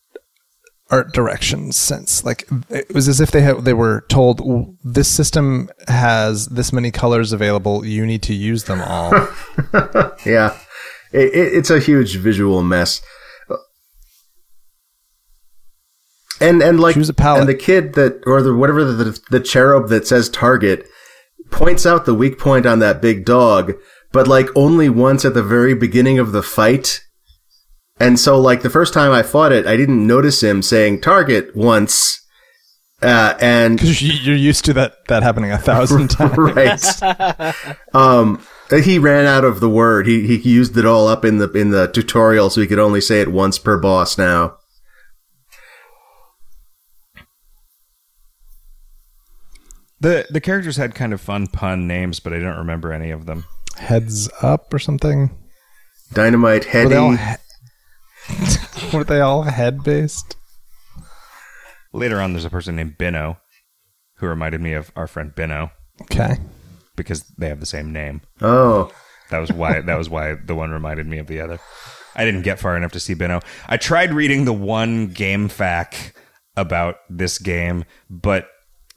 art direction sense. Like it was as if they had, they were told "W- this system has this many colors available. You need to use them all.
yeah, it, it, it's a huge visual mess. And and like
Choose a palette.
and the kid that or the whatever the the cherub that says target points out the weak point on that big dog, but like only once at the very beginning of the fight. And so like the first time I fought it, I didn't notice him saying target once. Uh, and
Because you, you're used to that that happening a thousand times.
right. Um, he ran out of the word. He he used it all up in the in the tutorial, so he could only say it once per boss now.
the the characters had kind of fun pun names, but I don't remember any of them.
Heads up or something.
Dynamite
Were
Heady.
they all he- were they all head based?
Later on, there's a person named Benno who reminded me of our friend Benno
Okay.
because they have the same name.
oh,
That was why. that was why the one reminded me of the other. I didn't get far enough to see Benno. I tried reading the one game fact about this game, but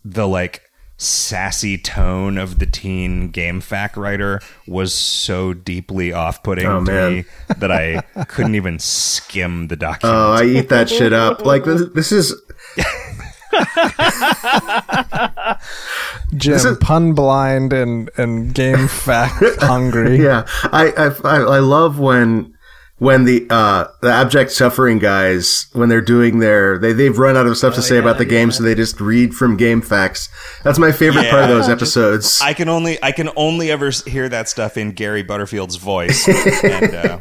the like sassy tone of the teen game fact writer was so deeply off-putting
Oh,
to
man.
me that I couldn't even skim the document.
oh, I eat that shit up. Like this, this is
Jim, pun blind and and game fact hungry.
yeah. I I I, I love when. When the uh, the abject suffering guys, when they're doing their, they they've run out of stuff to say about the game, so they just read from game facts. That's my favorite part of those episodes.
I can only I can only ever s- hear that stuff in Gary Butterfield's voice. and, uh,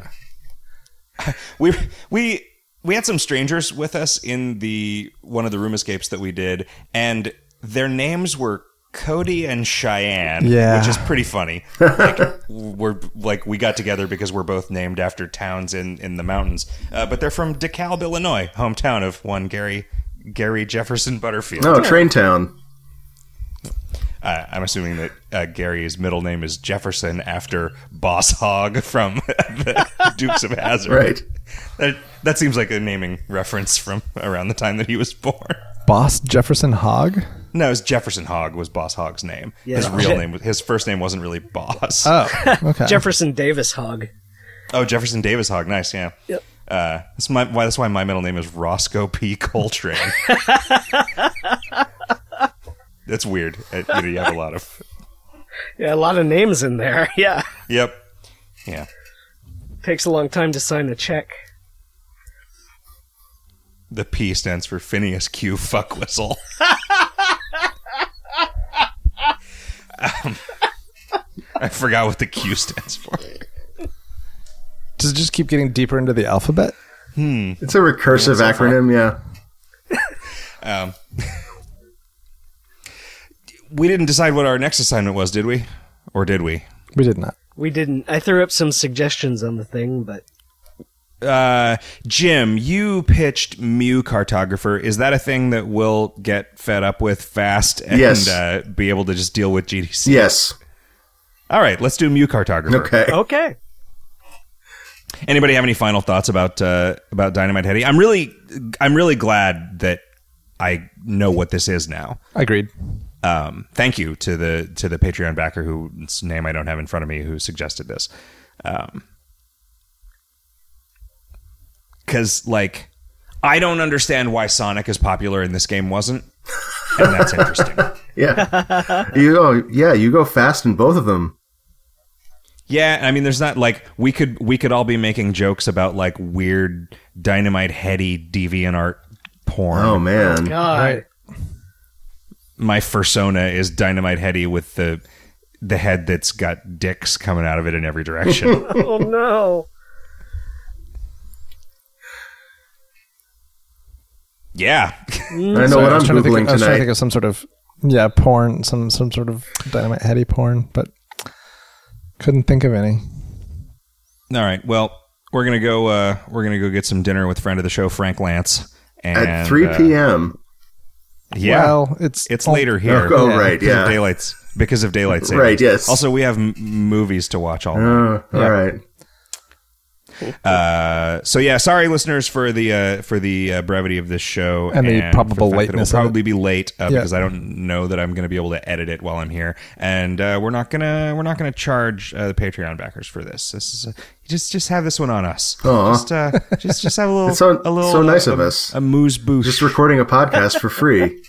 we we we had some strangers with us in the one of the room escapes that we did, and their names were Cody and Cheyenne,
Yeah.
which is pretty funny. Like, we're like we got together because we're both named after towns in in the mountains, uh, but they're from DeKalb, Illinois, hometown of one Gary Gary Jefferson Butterfield.
No, Train Town.
Uh, I'm assuming that uh, Gary's middle name is Jefferson after Boss Hog from the Dukes of Hazard.
Right.
That, that seems like a naming reference from around the time that he was born.
Boss Jefferson Hogg.
No, it was Jefferson Hogg was Boss Hogg's name. His
Yeah.
real name, was- his first name wasn't really Boss.
Oh, okay.
Jefferson Davis Hogg.
oh, Jefferson Davis Hogg. Nice, yeah.
Yep.
Uh, that's my why. That's why my middle name is Roscoe P. Coltrane. that's weird. Uh, you, know, you have a lot of.
Yeah, a lot of names in there. Yeah.
Yep. Yeah.
Takes a long time to sign a check.
The P stands for Phineas Q. Fuck Whistle. Um, I forgot what the Q stands for.
Does it just keep getting deeper into the alphabet?
It's a recursive acronym, yeah.
Um, we didn't decide what our next assignment was, did we? Or did we?
We did not.
We didn't. I threw up some suggestions on the thing, but
Uh, Jim, you pitched Mew Cartographer. Is that a thing that we'll get fed up with fast and
Yes.
uh, be able to just deal with GDC?
Yes.
All right, let's do Mew Cartographer.
Okay.
okay.
Anybody have any final thoughts about uh, about Dynamite Heady? I'm really I'm really glad that I know what this is now.
Agreed.
um, thank you to the to the Patreon backer whose name I don't have in front of me who suggested this. Um, Because like I don't understand why Sonic is popular and this game wasn't, and that's interesting.
Yeah. you go, yeah, you go fast in both of them.
Yeah, I mean, there's not like we could we could all be making jokes about like weird dynamite heady deviant art porn.
Oh man.
God.
My persona is dynamite heady with the the head that's got dicks coming out of it in every direction.
Oh no.
yeah,
I know what
I
I'm
was trying to think.
googling
Of, I was trying to
tonight.
think of some sort of yeah porn, some some sort of dynamite heady porn, but couldn't think of any.
All right. Well, we're gonna go. Uh, we're gonna go get some dinner with friend of the show Frank Lance. And,
At 3
uh,
p.m.
yeah,
Well, it's
it's later here.
oh, right,
because of
yeah.
daylights because of daylight savings.
Right, yes.
Also, we have m- movies to watch all. night.
Uh,
Yeah.
All right.
Uh, so yeah, sorry listeners for the uh, for the uh, brevity of this show
And the probable
for fact that
lateness
It
of
will
it.
probably be late uh,
Yeah.
because I don't know that I'm going to be able to edit it while I'm here, and uh, we're not gonna we're not gonna charge uh, the Patreon backers for this. This is uh, just just have this one on us.
Aw.
Just uh, just just have a little
It's so-
a little
so nice
uh,
of
a-
us.
a moose boost.
Just recording a podcast for free.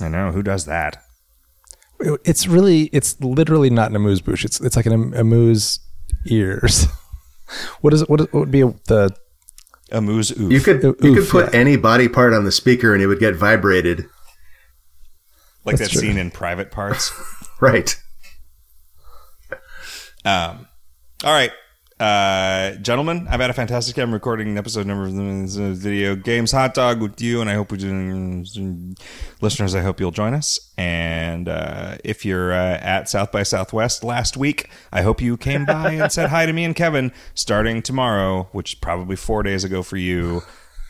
I know who does that.
it's really it's literally not an amuse bouche. It's it's like an am- amuse ears. What is what, is, what would be the
A moose oof.
You could
Oof,
you could put
yeah.
any body part on the speaker and it would get vibrated.
like that
That's true.
scene in Private Parts.
Right.
Um, all right, uh, gentlemen, I've had a fantastic time recording an episode number of the video games hot dog with you, and I hope we do. Listeners, I hope you'll join us. And uh, if you're uh, at South by Southwest last week, I hope you came by and said hi to me and Kevin. Starting tomorrow, which is probably four days ago for you.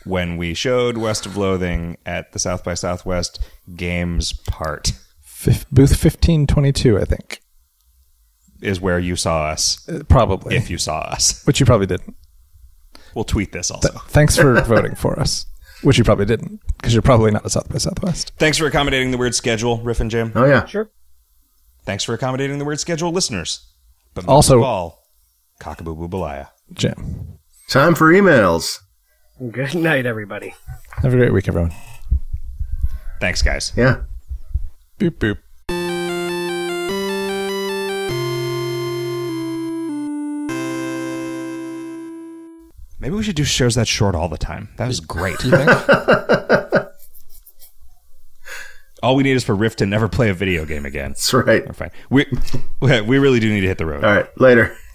When we showed West of Loathing at the South by Southwest Games part
fif- booth fifteen twenty two? I think
is where you saw us,
Uh, probably,
if you saw us.
which you probably didn't.
We'll tweet this also.
Thanks for voting for us, which you probably didn't because you're probably not a South by Southwest.
Thanks for accommodating the weird schedule, Riff and Jim.
Oh yeah.
Sure.
Thanks for accommodating the weird schedule, listeners. But most
Also-
of all, Cockaboo Boobalaya.
Jim,
Time for emails.
Good night, everybody.
have a great week, everyone.
Thanks, guys.
Yeah.
Boop boop.
Maybe we should do shows that short all the time. That was great.
You think?
all we need is for Riff to never play a video game again.
That's right.
We're fine. We we really do need to hit the road.
All right. Later.